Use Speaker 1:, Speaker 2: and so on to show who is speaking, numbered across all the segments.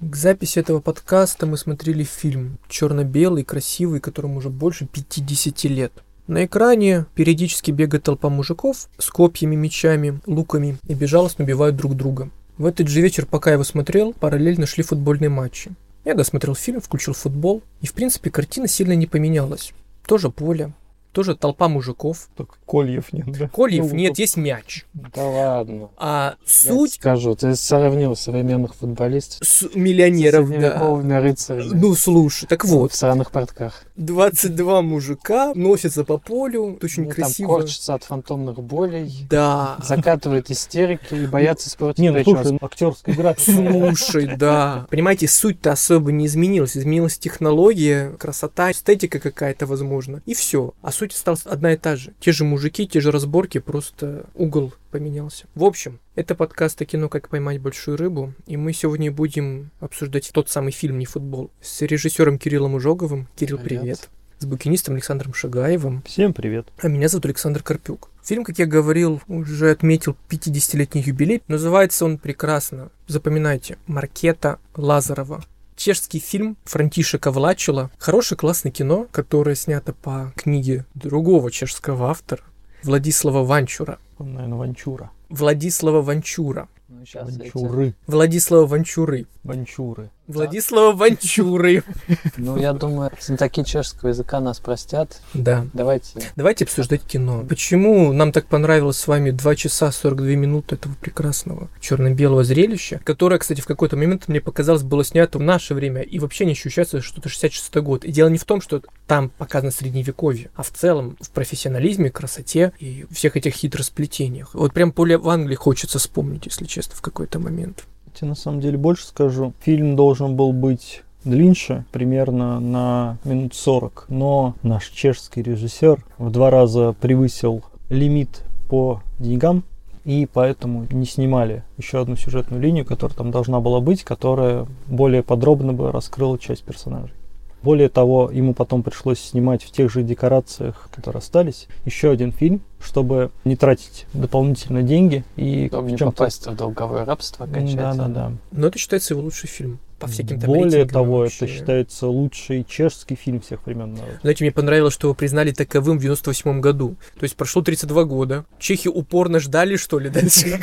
Speaker 1: К записи этого подкаста мы смотрели фильм черно-белый, красивый, которому уже больше 50 лет. На экране периодически бегает толпа мужиков с копьями, мечами, луками и безжалостно убивают друг друга. В этот же вечер, пока я его смотрел, параллельно шли футбольные матчи. Я досмотрел фильм, включил футбол, и в принципе картина сильно не поменялась. Тоже поле, тоже толпа мужиков.
Speaker 2: Только кольев нет, да?
Speaker 1: Кольев
Speaker 2: Ну,
Speaker 1: нет, есть мяч.
Speaker 3: Да ладно.
Speaker 1: А
Speaker 3: Я
Speaker 1: суть
Speaker 3: Скажу, ты сравнил современных футболистов
Speaker 1: с
Speaker 3: с
Speaker 1: миллионеров, да.
Speaker 3: средневековыми рыцарями
Speaker 1: Ну слушай, так
Speaker 3: в
Speaker 1: вот,
Speaker 3: сраных портках. 22
Speaker 1: 22 мужика носятся по полю, очень
Speaker 3: Они
Speaker 1: красиво.
Speaker 3: Ну, там корчатся от фантомных болей,
Speaker 1: Да.
Speaker 3: закатывают истерики и боятся испортить Ну,
Speaker 2: Не, ну
Speaker 3: прическу.
Speaker 2: слушай, актерская игра.
Speaker 1: Слушай, да. Понимаете, суть-то особо не изменилась. Изменилась технология, красота, эстетика какая-то, возможно. И все. А суть осталась одна и та же. Те же мужики, те же разборки, просто угол поменялся. В общем, это подкаст о кино «Как поймать большую рыбу», и мы сегодня будем обсуждать тот самый фильм «Не футбол» с режиссером Кириллом Ужоговым. Кирилл,
Speaker 3: Привет.
Speaker 1: привет. С букинистом Александром Шагаевым.
Speaker 2: Всем привет.
Speaker 1: А меня зовут Александр Карпюк. Фильм, как я говорил, уже отметил 50-летний юбилей. Называется он прекрасно. Запоминайте. Маркета Лазарова. Чешский фильм Франтишека Влачила. Хорошее, классное кино, которое снято по книге другого чешского автора Владислава Ванчура.
Speaker 2: Он, наверное, Ванчура.
Speaker 1: Владислава Ванчура.
Speaker 3: Ну, щас
Speaker 2: Ванчуры.
Speaker 1: Владислава Ванчуры.
Speaker 2: Ванчуры.
Speaker 1: Владислава Ванчуры.
Speaker 3: эти- Ну, я думаю, знатоки чешского языка нас простят.
Speaker 1: Да.
Speaker 3: Давайте.
Speaker 1: Давайте обсуждать кино. Почему нам так понравилось с вами 2 часа 42 минуты этого прекрасного черно-белого зрелища, которое, кстати, в какой-то момент мне показалось было снято в наше время и вообще не ощущается, что это 66 год. И дело не в том, что там показано средневековье, а в целом в профессионализме, красоте и всех этих хитросплетениях. Вот прям поле в Англии хочется вспомнить, если честно, в какой-то момент.
Speaker 2: Я тебе на самом деле больше скажу. Фильм должен был быть длиннее, примерно на минут 40. Но наш чешский режиссер в два раза превысил лимит по деньгам, и поэтому не снимали еще одну сюжетную линию, которая там должна была быть, которая более подробно бы раскрыла часть персонажей. Более того, ему потом пришлось снимать в тех же декорациях, которые остались, еще один фильм, чтобы не тратить дополнительно деньги и
Speaker 3: Чтобы
Speaker 2: в
Speaker 3: не
Speaker 2: чем-то
Speaker 3: попасть в долговое рабство
Speaker 2: да,
Speaker 3: окончательно.
Speaker 2: да, да.
Speaker 1: Но это считается его лучший фильм по всяким там
Speaker 2: Более
Speaker 1: рейтингам
Speaker 2: того,
Speaker 1: вообще.
Speaker 2: это считается лучший чешский фильм всех времен народа.
Speaker 1: Знаете, мне понравилось, что его признали таковым в 98 году. То есть прошло 32 года. Чехи упорно ждали, что ли, дальше?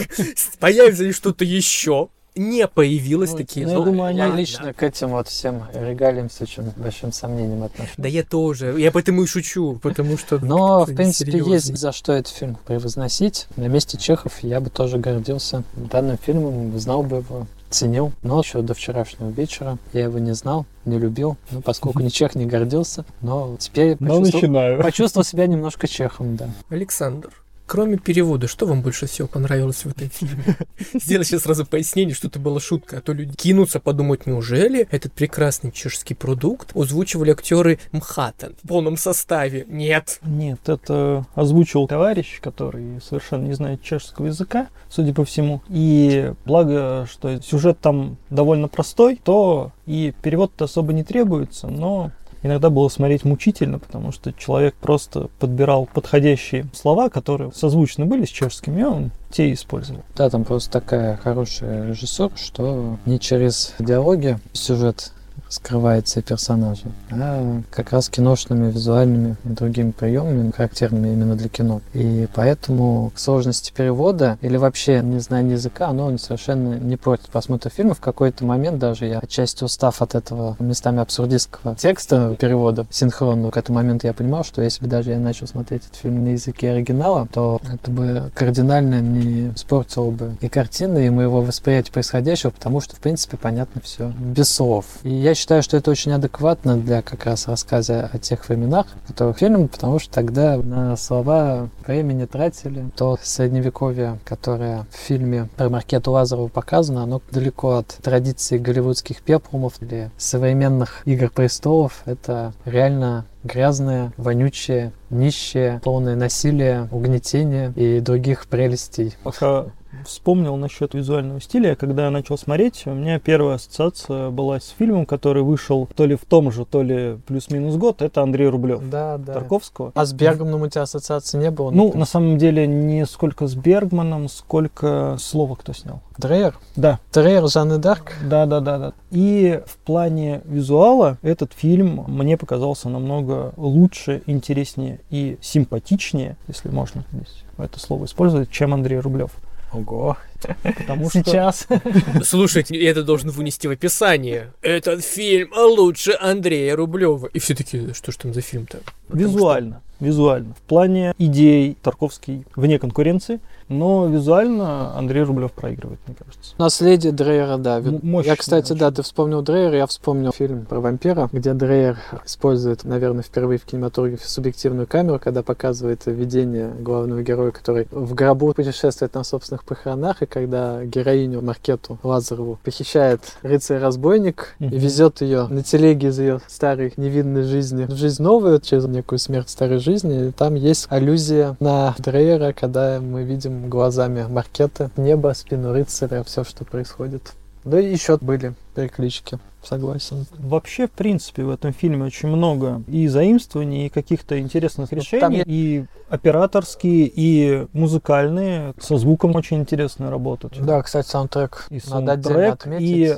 Speaker 1: Появится ли что-то еще? Не появилось
Speaker 3: Ну,
Speaker 1: такие.
Speaker 2: ну, я
Speaker 1: «Ну,
Speaker 2: думаю, они
Speaker 3: Я
Speaker 1: ладно».
Speaker 3: лично к этим вот всем регалиям с очень большим сомнением отношусь.
Speaker 1: Да я тоже. Я поэтому и шучу, потому что...
Speaker 2: ну.
Speaker 3: Но,
Speaker 1: это
Speaker 3: в принципе,
Speaker 1: несерьёзно.
Speaker 3: есть за что этот фильм превозносить. На месте Чехов я бы тоже гордился данным фильмом, знал бы его, ценил. Но еще до вчерашнего вечера я его не знал, не любил. Ну, поскольку ни Чех не гордился, но теперь я
Speaker 2: Но
Speaker 3: почувствовал,
Speaker 2: начинаю.
Speaker 3: почувствовал себя немножко Чехом, да.
Speaker 1: Александр, кроме перевода, что вам больше всего понравилось в этом фильме? Сделай сейчас сразу пояснение, что это была шутка, а то люди кинутся подумать, неужели этот прекрасный чешский продукт озвучивали актеры МХАТа в полном составе? Нет.
Speaker 2: Нет, это озвучил товарищ, который совершенно не знает чешского языка, судя по всему. И благо, что сюжет там довольно простой, то и перевод-то особо не требуется, но иногда было смотреть мучительно, потому что человек просто подбирал подходящие слова, которые созвучны были с чешскими, и он те и использовал.
Speaker 3: Да, там просто такая хорошая режиссура, что не через диалоги сюжет скрывается и персонажи, а как раз киношными, визуальными и другими приемами, характерными именно для кино. И поэтому к сложности перевода или вообще незнание языка, оно совершенно не против просмотра фильма. В какой-то момент даже я, отчасти устав от этого местами абсурдистского текста перевода синхронного, к этому моменту я понимал, что если бы даже я начал смотреть этот фильм на языке оригинала, то это бы кардинально не испортило бы и картины, и моего восприятия происходящего, потому что, в принципе, понятно все без слов. И я считаю, что это очень адекватно для как раз рассказа о тех временах, которые фильм, потому что тогда на слова времени тратили. То средневековье, которое в фильме про Маркету Лазарова показано, оно далеко от традиции голливудских пеплумов или современных «Игр престолов». Это реально грязное, вонючее, нищее, полное насилия, угнетения и других прелестей
Speaker 2: Пока вспомнил насчет визуального стиля. Я когда начал смотреть, у меня первая ассоциация была с фильмом, который вышел то ли в том же, то ли плюс-минус год. Это Андрей Рублев.
Speaker 3: Да, да.
Speaker 2: Тарковского.
Speaker 3: А с Бергом, ну, у тебя ассоциации не было?
Speaker 2: Ну, на самом деле, не сколько с Бергманом, сколько слова кто снял.
Speaker 3: Дрейер?
Speaker 2: Да,
Speaker 3: Дрейер, Жанны Дарк?
Speaker 2: да, да, да, да. И в плане визуала этот фильм мне показался намного лучше, интереснее и симпатичнее, если можно здесь это слово использовать, чем Андрей Рублев.
Speaker 3: Ого.
Speaker 2: Потому что
Speaker 3: Сейчас.
Speaker 1: Слушайте, это должен вынести в описание. Этот фильм лучше Андрея Рублева. И все таки что ж там за фильм-то? Потому
Speaker 2: Визуально. Визуально. В плане идей Тарковский вне конкуренции, но визуально Андрей Рублев проигрывает, мне кажется.
Speaker 3: Наследие Дрейера, да.
Speaker 2: М- мощно
Speaker 3: я, кстати, да,
Speaker 2: очень.
Speaker 3: ты вспомнил Дрейер, я вспомнил фильм про вампира, где Дрейер использует, наверное, впервые в кинематографе субъективную камеру, когда показывает видение главного героя, который в гробу путешествует на собственных похоронах, и когда героиню Маркету Лазарову похищает рыцарь-разбойник
Speaker 2: Мгм.
Speaker 3: и везет ее на телеге из ее старой невинной жизни в жизнь новую, через некую смерть старой жизни. И там есть аллюзия на Дрейера, когда мы видим глазами Маркета небо, спину рыцаря, все, что происходит. Да и еще были переклички, согласен.
Speaker 2: Вообще, в принципе, в этом фильме очень много и заимствований, и каких-то интересных
Speaker 3: Ну,
Speaker 2: решений,
Speaker 3: там е-
Speaker 2: и операторские, и музыкальные. Со звуком очень интересно работать.
Speaker 3: Да, кстати, саундтрек
Speaker 2: И
Speaker 3: надо отдельно
Speaker 2: саундтрек,
Speaker 3: отметить.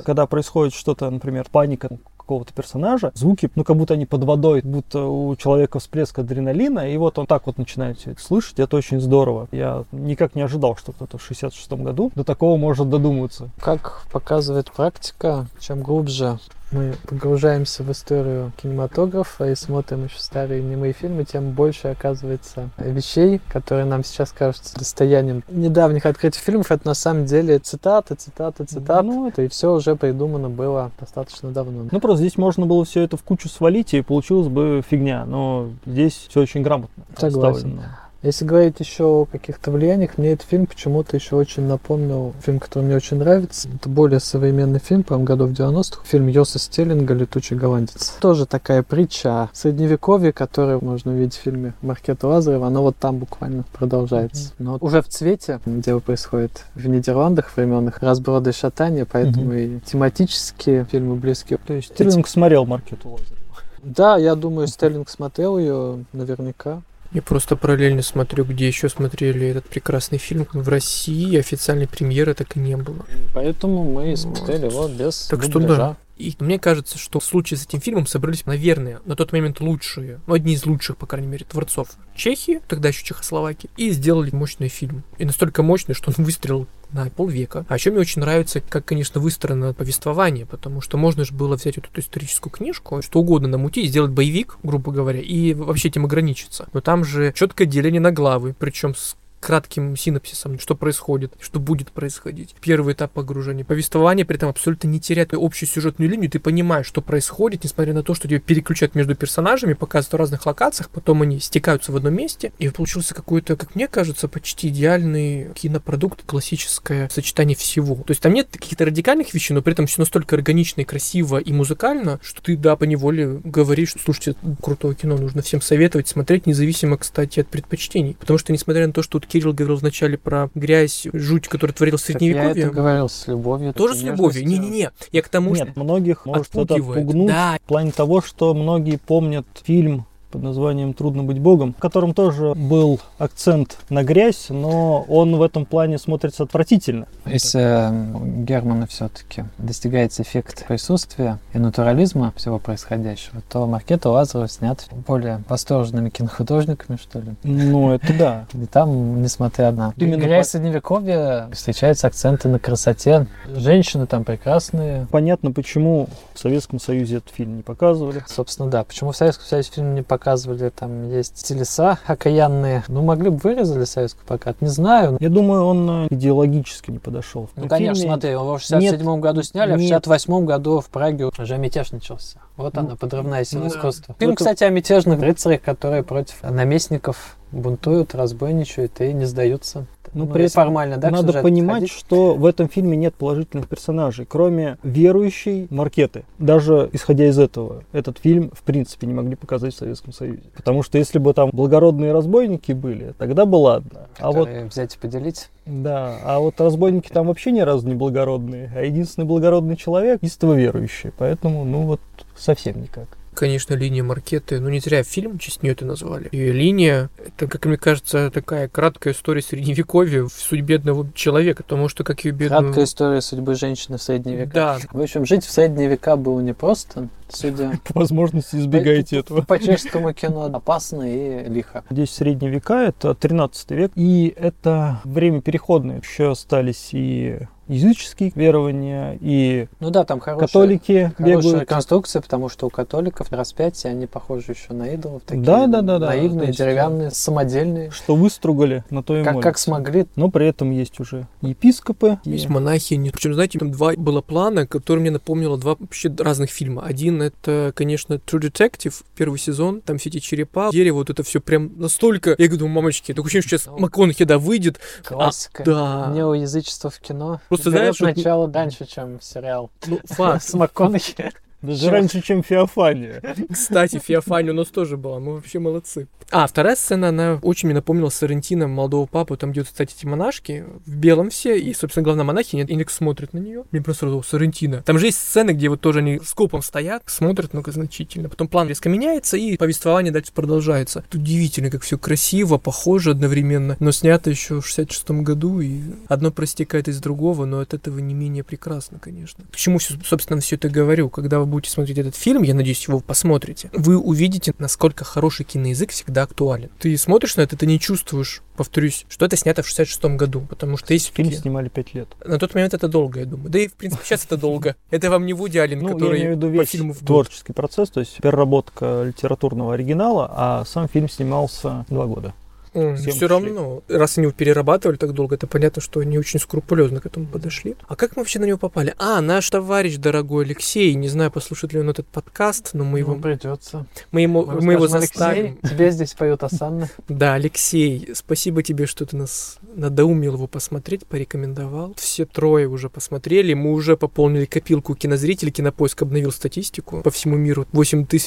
Speaker 2: и когда происходит что-то, например, паника какого-то персонажа, звуки, ну, как будто они под водой, будто у человека всплеск адреналина, и вот он так вот начинает все это слышать, это очень здорово. Я никак не ожидал, что кто-то в 66-м году до такого может додуматься.
Speaker 3: Как показывает практика, чем глубже мы погружаемся в историю кинематографа и смотрим еще старые немые фильмы, тем больше оказывается вещей, которые нам сейчас кажутся достоянием недавних открытий фильмов. Это на самом деле цитаты, цитаты, цитаты.
Speaker 2: Ну,
Speaker 3: и все уже придумано было достаточно давно.
Speaker 2: Ну, просто здесь можно было все это в кучу свалить, и получилась бы фигня, но здесь все очень грамотно
Speaker 3: Согласен.
Speaker 2: расставлено.
Speaker 3: Если говорить еще о каких-то влияниях, мне этот фильм почему-то еще очень напомнил фильм, который мне очень нравится. Это более современный фильм, по-моему, годов 90-х. Фильм Йоса Стеллинга «Летучий голландец». Тоже такая притча о средневековье, которую можно увидеть в фильме Маркета Лазарева. Она вот там буквально продолжается. Но уже в цвете, дело происходит в Нидерландах временных, разброды и шатания, поэтому и тематические фильмы близкие.
Speaker 2: То есть Стерлинг смотрел Маркету Лазарева.
Speaker 3: Да, я думаю, Стеллинг смотрел ее наверняка.
Speaker 1: Я просто параллельно смотрю, где еще смотрели этот прекрасный фильм. В России официальной премьеры так и не было.
Speaker 3: Поэтому мы
Speaker 1: смотрели
Speaker 3: его без
Speaker 1: Так что дубляжа. да. И мне кажется, что в случае с этим фильмом собрались, наверное, на тот момент лучшие, ну, одни из лучших, по крайней мере, творцов Чехии, тогда еще Чехословакии, и сделали мощный фильм. И настолько мощный, что он выстрелил на полвека. А еще мне очень нравится, как, конечно, выстроено повествование, потому что можно же было взять вот эту историческую книжку, что угодно намутить, сделать боевик, грубо говоря, и вообще этим ограничиться. Но там же четкое деление на главы, причем с кратким синапсисом, что происходит, что будет происходить. Первый этап погружения. Повествование при этом абсолютно не теряет твою общую сюжетную линию, ты понимаешь, что происходит, несмотря на то, что тебя переключают между персонажами, показывают в разных локациях, потом они стекаются в одном месте, и получился какой-то, как мне кажется, почти идеальный кинопродукт, классическое сочетание всего. То есть там нет каких-то радикальных вещей, но при этом все настолько органично и красиво и музыкально, что ты, да, по неволе говоришь, что, слушайте, ну, крутое кино, нужно всем советовать, смотреть, независимо, кстати, от предпочтений. Потому что, несмотря на то, что тут Кирилл говорил вначале про грязь, жуть, которая творилась в
Speaker 3: Я это
Speaker 1: Средневековье,
Speaker 3: говорил с любовью.
Speaker 1: тоже
Speaker 3: такой
Speaker 1: с любовью.
Speaker 3: нежностью.
Speaker 1: Не-не-не, я к тому,
Speaker 2: Нет, многих
Speaker 1: что
Speaker 2: может это
Speaker 1: отпугивает.
Speaker 2: отпугнуть.
Speaker 1: Да,
Speaker 2: В плане того, что многие помнят фильм под названием «Трудно быть богом», в котором тоже был акцент на грязь, но он в этом плане смотрится отвратительно.
Speaker 3: Если э, у Германа все-таки достигается эффект присутствия и натурализма всего происходящего, то Маркета Лазарев снят более восторженными кинохудожниками, что ли.
Speaker 2: Ну, это да.
Speaker 3: И там, несмотря на
Speaker 2: Именно
Speaker 3: грязь
Speaker 2: по-
Speaker 3: Средневековья, встречаются акценты на красоте. Женщины там прекрасные.
Speaker 2: Понятно, почему в Советском Союзе этот фильм не показывали.
Speaker 3: Собственно, да. Почему в Советском Союзе фильм не показывали? Там есть телеса окаянные. Ну, могли бы вырезали советскую пока. Не знаю.
Speaker 2: Я думаю, он э, идеологически не подошел. В
Speaker 3: Ну,
Speaker 2: том
Speaker 3: конечно,
Speaker 2: фильме
Speaker 3: смотри, его в 67 году сняли, а в
Speaker 2: нет.
Speaker 3: 68 году в Праге уже мятеж начался. Вот
Speaker 2: Ну,
Speaker 3: она, подрывная сила
Speaker 1: да.
Speaker 3: искусства.
Speaker 2: Ну,
Speaker 3: Фильм,
Speaker 2: это-
Speaker 3: кстати, о мятежных рыцарях, которые против наместников бунтуют, разбойничают и не сдаются.
Speaker 2: Ну, при
Speaker 3: и
Speaker 2: этом
Speaker 3: формально, да, к
Speaker 2: Надо
Speaker 3: сюжету
Speaker 2: понимать,
Speaker 3: подходить?
Speaker 2: что в этом фильме нет положительных персонажей, кроме верующей Маркеты. Даже исходя из этого, этот фильм в принципе не могли показать в Советском Союзе. Потому что если бы там благородные разбойники были, тогда бы ладно. А вот,
Speaker 3: Которые взять и поделить.
Speaker 2: да, а вот разбойники там вообще ни разу не благородные, а единственный благородный человек – истово верующий. Поэтому, ну вот, совсем никак.
Speaker 1: Конечно, линия Маркеты, ну не зря фильм в честь нее это назвали. И линия, это, как мне кажется, такая краткая история средневековья в судьбе одного человека, потому что как ее бедную...
Speaker 3: Краткая история судьбы женщины в средние века.
Speaker 1: Да,
Speaker 3: В общем, жить в средние века было непросто, судя
Speaker 2: По возможности избегайте этого.
Speaker 3: по чешскому кино, опасно и лихо.
Speaker 2: Здесь средние века, это 13 век, и это время переходное. Еще остались и языческие верования, и
Speaker 3: Ну да, там хорошая,
Speaker 2: католики
Speaker 3: хорошая
Speaker 2: бегают.
Speaker 3: конструкция, потому что у католиков распятия, они похожи еще на идолов. Такие
Speaker 2: Да, да, да, да. То
Speaker 3: Наивные,
Speaker 2: есть,
Speaker 3: деревянные, самодельные.
Speaker 2: Что выстругали, на то и
Speaker 3: Как,
Speaker 2: молят.
Speaker 3: как смогли,
Speaker 2: Но при этом есть уже епископы. и-
Speaker 1: Есть монахини. Причем, знаете, там два было плана, которые мне напомнило два вообще разных фильма. Один это, конечно, True Detective, первый сезон, там все эти черепа, дерево, вот это все прям настолько... Я говорю, мамочки, такое ощущение, что сейчас МакКонахи, да, выйдет.
Speaker 3: классика.
Speaker 1: А, Да.
Speaker 3: Неоязычество в кино.
Speaker 1: Просто
Speaker 3: берет
Speaker 1: знаешь, вот-
Speaker 3: начало дальше, чем сериал
Speaker 1: Ну, факт.
Speaker 3: с МакКонахи.
Speaker 2: Даже раньше, чем Феофания.
Speaker 1: Кстати, Феофания у нас тоже была, мы вообще молодцы. А, вторая сцена, она очень мне напомнила Сарантино, молодого папу, там идут, кстати, эти монашки, в белом все, и, собственно, главная монахиня, Индекс смотрит на нее. Мне просто сразу, «О, Сарантино. Там же есть сцены, где вот тоже они скопом стоят, смотрят многозначительно. Потом план резко меняется, и повествование дальше продолжается. Тут удивительно, как все красиво, похоже одновременно, но снято еще в 66 году, и одно простекает из другого, но от этого не менее прекрасно, конечно. К чему, всё- собственно, все это говорю? Когда вы будете смотреть этот фильм, я надеюсь, его посмотрите, вы увидите, насколько хороший киноязык всегда актуален. Ты смотришь на это, ты не чувствуешь, повторюсь, что это снято в 66 году, потому что есть
Speaker 2: Фильм
Speaker 1: такие-
Speaker 2: снимали пять лет.
Speaker 1: На тот момент это долго, я думаю. Да и, в принципе, сейчас это долго. Это вам не Вуди Аллен,
Speaker 2: Ну,
Speaker 1: который
Speaker 2: я имею в виду
Speaker 1: по
Speaker 2: весь
Speaker 1: фильму в год.
Speaker 2: творческий процесс, то есть переработка литературного оригинала, а сам фильм снимался два года. Всем
Speaker 1: Все
Speaker 2: пришли.
Speaker 1: равно, раз они его перерабатывали так долго, это понятно, что они очень скрупулезно к этому подошли. А как мы вообще на него попали? А, наш товарищ, дорогой Алексей, не знаю, послушает ли он этот подкаст, но мы
Speaker 2: Ну,
Speaker 1: его,
Speaker 3: Ему придется.
Speaker 1: мы ему,
Speaker 3: Мы
Speaker 1: мы его
Speaker 3: скажем,
Speaker 1: заставим.
Speaker 3: «Алексей, тебе здесь поют осанны.
Speaker 1: Да, Алексей, спасибо тебе, что ты нас надоумил его посмотреть, порекомендовал. Все трое уже посмотрели, мы уже пополнили копилку кинозрителей, кинопоиск обновил статистику по всему миру.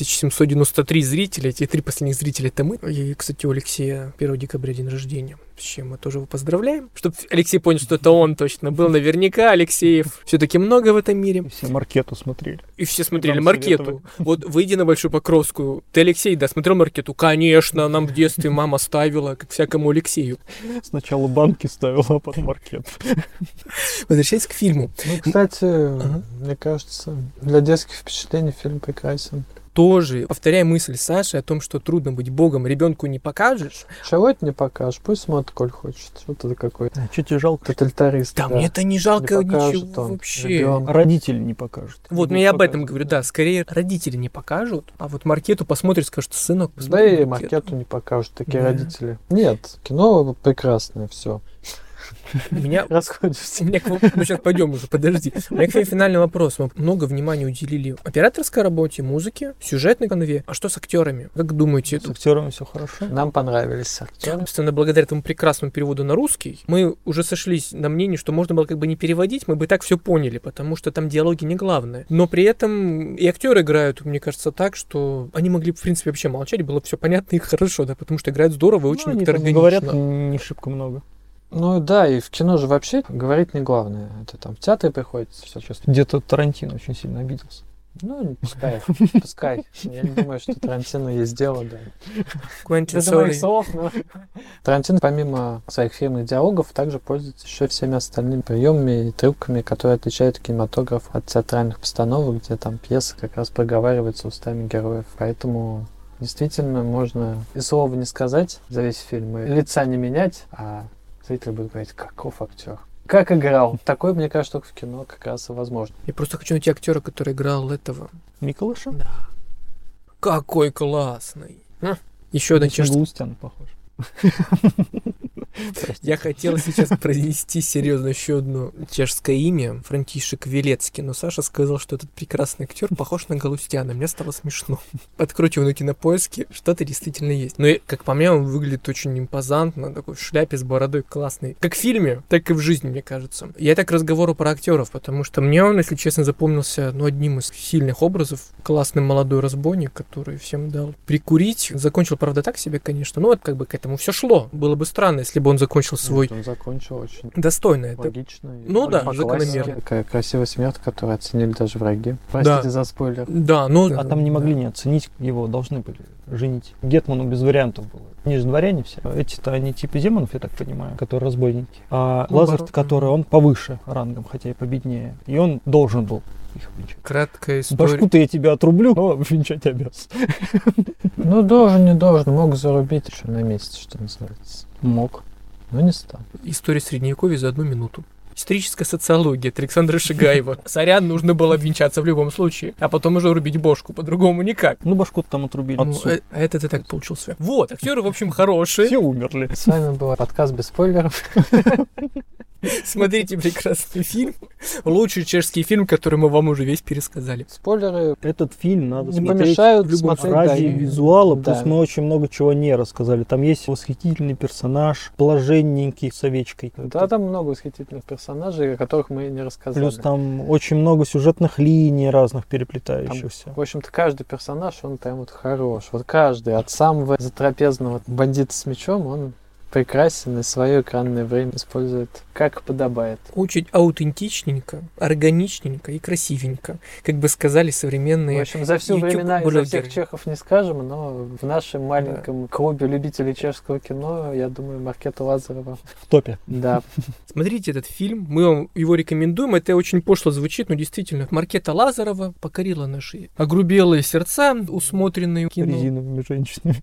Speaker 1: 8793 зрителя, эти три последних зрителя это мы. И, кстати, у Алексея 1 декабря день рождения, с чем мы тоже его поздравляем. Чтобы Алексей понял, что это он точно был, наверняка Алексеев все-таки много в этом мире.
Speaker 2: И Все маркету смотрели.
Speaker 1: И все смотрели
Speaker 2: Нам
Speaker 1: Маркету.
Speaker 2: советовали.
Speaker 1: Вот выйди на Большую Покровскую. Ты, Алексей, да, смотрел Маркету? Конечно, нам в детстве мама ставила, как всякому Алексею.
Speaker 2: Сначала банки ставил, а потом маркет.
Speaker 1: Возвращаясь к фильму.
Speaker 3: Ну, кстати, мне кажется, для детских впечатлений фильм прекрасен.
Speaker 1: Тоже, повторяя мысль Саши о том, что трудно быть богом, ребенку не покажешь.
Speaker 3: Чего это не покажешь? Пусть смотрит, коль хочет. Вот это какой
Speaker 2: Чуть жалко,
Speaker 3: тоталитарист.
Speaker 1: Да, мне это не жалко
Speaker 3: Не покажет
Speaker 1: ничего
Speaker 3: он
Speaker 1: вообще.
Speaker 3: ребёнка.
Speaker 2: родители не покажут.
Speaker 1: Вот, ну
Speaker 2: Не
Speaker 1: я об этом
Speaker 2: показывают.
Speaker 1: говорю, да, скорее родители не покажут, а вот Маркету посмотрит, скажет, сынок,
Speaker 3: Да
Speaker 1: посмотри
Speaker 3: и
Speaker 1: Маркету».
Speaker 3: макету не покажут такие
Speaker 1: Да.
Speaker 3: родители. Нет, кино прекрасное, все.
Speaker 1: У меня
Speaker 3: Расходишься.
Speaker 1: У меня к... Ну, сейчас пойдем уже, подожди. У меня к тебе финальный вопрос. Мы много внимания уделили операторской работе, музыке, сюжетной конве. А что с актерами? Как думаете,
Speaker 2: С
Speaker 1: это
Speaker 2: актерами все хорошо.
Speaker 3: Нам понравились актеры.
Speaker 1: Собственно, благодаря этому прекрасному переводу на русский, мы уже сошлись на мнении, что можно было как бы не переводить, мы бы и так все поняли, потому что там диалоги не главное. Но при этом и актеры играют, мне кажется, так, что они могли, бы, в принципе, вообще молчать, было все понятно и хорошо, да, потому что играют здорово и очень
Speaker 2: Ну, они
Speaker 1: как-то
Speaker 2: там не
Speaker 1: органично.
Speaker 2: говорят не шибко много.
Speaker 3: Ну да, и в кино же вообще говорить не главное. Это там в театре приходится все.
Speaker 2: Сейчас где-то Тарантино очень сильно обиделся.
Speaker 3: Ну, пускай, пускай. Я не думаю, что Тарантино есть дело, да.
Speaker 1: Квентин,
Speaker 3: Без
Speaker 1: sorry.
Speaker 3: моих слов, но- Тарантино, помимо своих фирменных диалогов, также пользуется еще всеми остальными приемами и трюками, которые отличают кинематограф от театральных постановок, где там пьеса как раз проговаривается устами героев. Поэтому действительно можно и слова не сказать за весь фильм, и лица не менять, а зритель будет говорить, каков актер. Как играл. Такой, мне кажется, только в кино как раз и возможно.
Speaker 1: Я просто хочу найти актера, который играл этого.
Speaker 2: Миколаша?
Speaker 1: Какой классный. Еще один
Speaker 2: Очень
Speaker 1: чешский.
Speaker 2: Галустян похож.
Speaker 1: Я хотел сейчас произнести серьезно еще одно чешское имя, Франтишек Велецкий, но Саша сказал, что этот прекрасный актер похож на Галустяна. Мне стало смешно. Откройте его на кинопоиске, что-то действительно есть. Но, как по мне, он выглядит очень импозантно, такой в шляпе с бородой классный. Как в фильме, так и в жизни, мне кажется. Я так к разговору про актеров, потому что мне он, если честно, запомнился ну, одним из сильных образов. Классный молодой разбойник, который всем дал прикурить. Закончил, правда, так себе, конечно. Ну, вот как бы к этому все шло. Было бы странно, если бы он закончил свой
Speaker 3: Нет,
Speaker 2: Ну,
Speaker 3: он закончил очень
Speaker 1: достойно. Это
Speaker 3: логично. и
Speaker 1: Ну да,
Speaker 3: по
Speaker 1: закономерно.
Speaker 3: классике. Такая красивая смерть, которую оценили даже враги. Простите
Speaker 1: Да.
Speaker 3: за спойлер.
Speaker 1: да, ну,
Speaker 2: А там не могли не оценить, его должны были женить. Гетману без вариантов было. Они же дворяне все. Эти-то они типа демонов, я так понимаю, которые разбойники. А
Speaker 1: Ну,
Speaker 2: Лазарь,
Speaker 1: барон.
Speaker 2: который он повыше рангом, хотя и победнее. И он должен был их обвенчать.
Speaker 1: краткая история.
Speaker 2: Башку-то я тебя отрублю, но венчать обяз.
Speaker 3: Ну, должен, не должен. Мог зарубить еще на месяц, что называется.
Speaker 2: Мог.
Speaker 3: Но не стал.
Speaker 1: История Средневековья за одну минуту. Историческая социология от Александра Шигаева. Сорян, нужно было обвенчаться в любом случае, а потом уже рубить бошку, по-другому никак.
Speaker 2: Ну, башку-то там отрубили.
Speaker 1: Ну,
Speaker 2: Отцу.
Speaker 1: э- а этот и так получился. Вот, актеры, в общем, хорошие.
Speaker 2: Все умерли.
Speaker 3: С вами был подкаст без спойлеров.
Speaker 1: Смотрите прекрасный фильм. Лучший чешский фильм, который мы вам уже весь пересказали.
Speaker 3: Спойлеры
Speaker 2: Этот фильм надо
Speaker 3: не
Speaker 2: смотреть
Speaker 3: помешают
Speaker 1: в любом
Speaker 3: смотреть
Speaker 2: ради
Speaker 3: дальше.
Speaker 2: визуала,
Speaker 3: Да.
Speaker 2: плюс мы очень много чего не рассказали. Там есть восхитительный персонаж, положенненький с овечкой.
Speaker 3: Да, там много восхитительных персонажей, о которых мы не рассказали.
Speaker 2: Плюс там очень много сюжетных линий разных переплетающихся.
Speaker 3: В общем-то, каждый персонаж, он прям вот хорош. Вот каждый, от самого затрапезного бандита с мечом, он прекрасен и свое экранное время использует как подобает.
Speaker 1: Очень аутентичненько, органичненько и красивенько. Как бы сказали
Speaker 3: В
Speaker 1: современные
Speaker 3: общем, за всю
Speaker 1: Ну, YouTube
Speaker 3: времена и за всех
Speaker 1: блогеры.
Speaker 3: чехов не скажем, но в нашем маленьком клубе любителей чешского кино, я думаю, Маркета Лазарова.
Speaker 2: В топе.
Speaker 3: Да,
Speaker 1: Смотрите этот фильм, мы вам его рекомендуем. Это очень пошло звучит, но действительно. Маркета Лазарова покорила наши огрубелые сердца, усмотренные в кино.
Speaker 2: Резиновыми женщинами.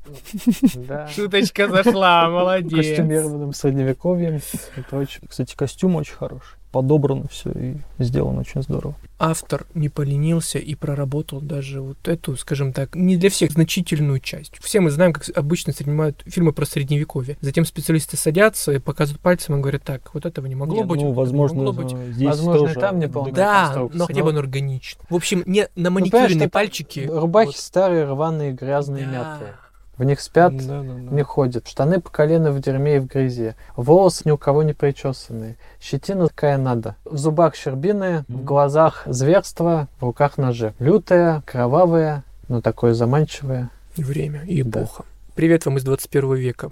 Speaker 3: да.
Speaker 1: Шуточка зашла, молодец.
Speaker 3: Костюмированным средневековьем. Это очень...
Speaker 2: Кстати, костюм очень хороший. Подобрано все и сделано очень здорово.
Speaker 1: Автор не поленился и проработал даже вот эту, скажем так, не для всех значительную часть. Все мы знаем, как обычно снимают фильмы про средневековье. Затем специалисты садятся и показывают пальцем и говорят, так, вот этого не могло
Speaker 2: Не,
Speaker 1: быть.
Speaker 2: ну,
Speaker 1: вот этого
Speaker 2: возможно, Ну,
Speaker 1: не могло быть.
Speaker 2: здесь
Speaker 3: Возможно,
Speaker 2: тоже
Speaker 3: там не
Speaker 2: дог-
Speaker 3: полная
Speaker 1: Да,
Speaker 3: конструкция,
Speaker 1: но хотя бы он органичен. В общем, не на
Speaker 2: Ну,
Speaker 1: маникюренные
Speaker 3: что-
Speaker 1: пальчики.
Speaker 3: Рубахи
Speaker 1: вот,
Speaker 3: старые, рваные, грязные,
Speaker 1: да. Ну.
Speaker 3: мятые. В них спят,
Speaker 2: Да, да, да.
Speaker 3: не ходят. Штаны по колено в дерьме и в грязи. Волосы ни у кого не причесанные. Щетина какая надо. В зубах щербины, в
Speaker 2: Мгм.
Speaker 3: глазах зверство, в руках ножи. Лютое, кровавое, но такое заманчивое.
Speaker 1: Время и
Speaker 3: Да.
Speaker 1: эпоха. Привет вам из 21 века.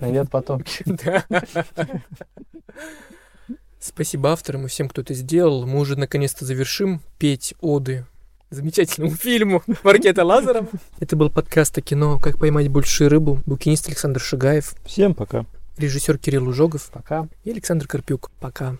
Speaker 3: Привет потомки.
Speaker 1: Да. Спасибо авторам и всем, кто это сделал. Мы уже наконец-то завершим петь оды замечательному фильму Маркета Лазарова. Это был подкаст о кино «Как поймать большую рыбу». Букинист Александр Шигаев,
Speaker 2: Всем пока.
Speaker 1: режиссер Кирилл Ужогов
Speaker 3: Пока.
Speaker 1: и Александр Карпюк. Пока.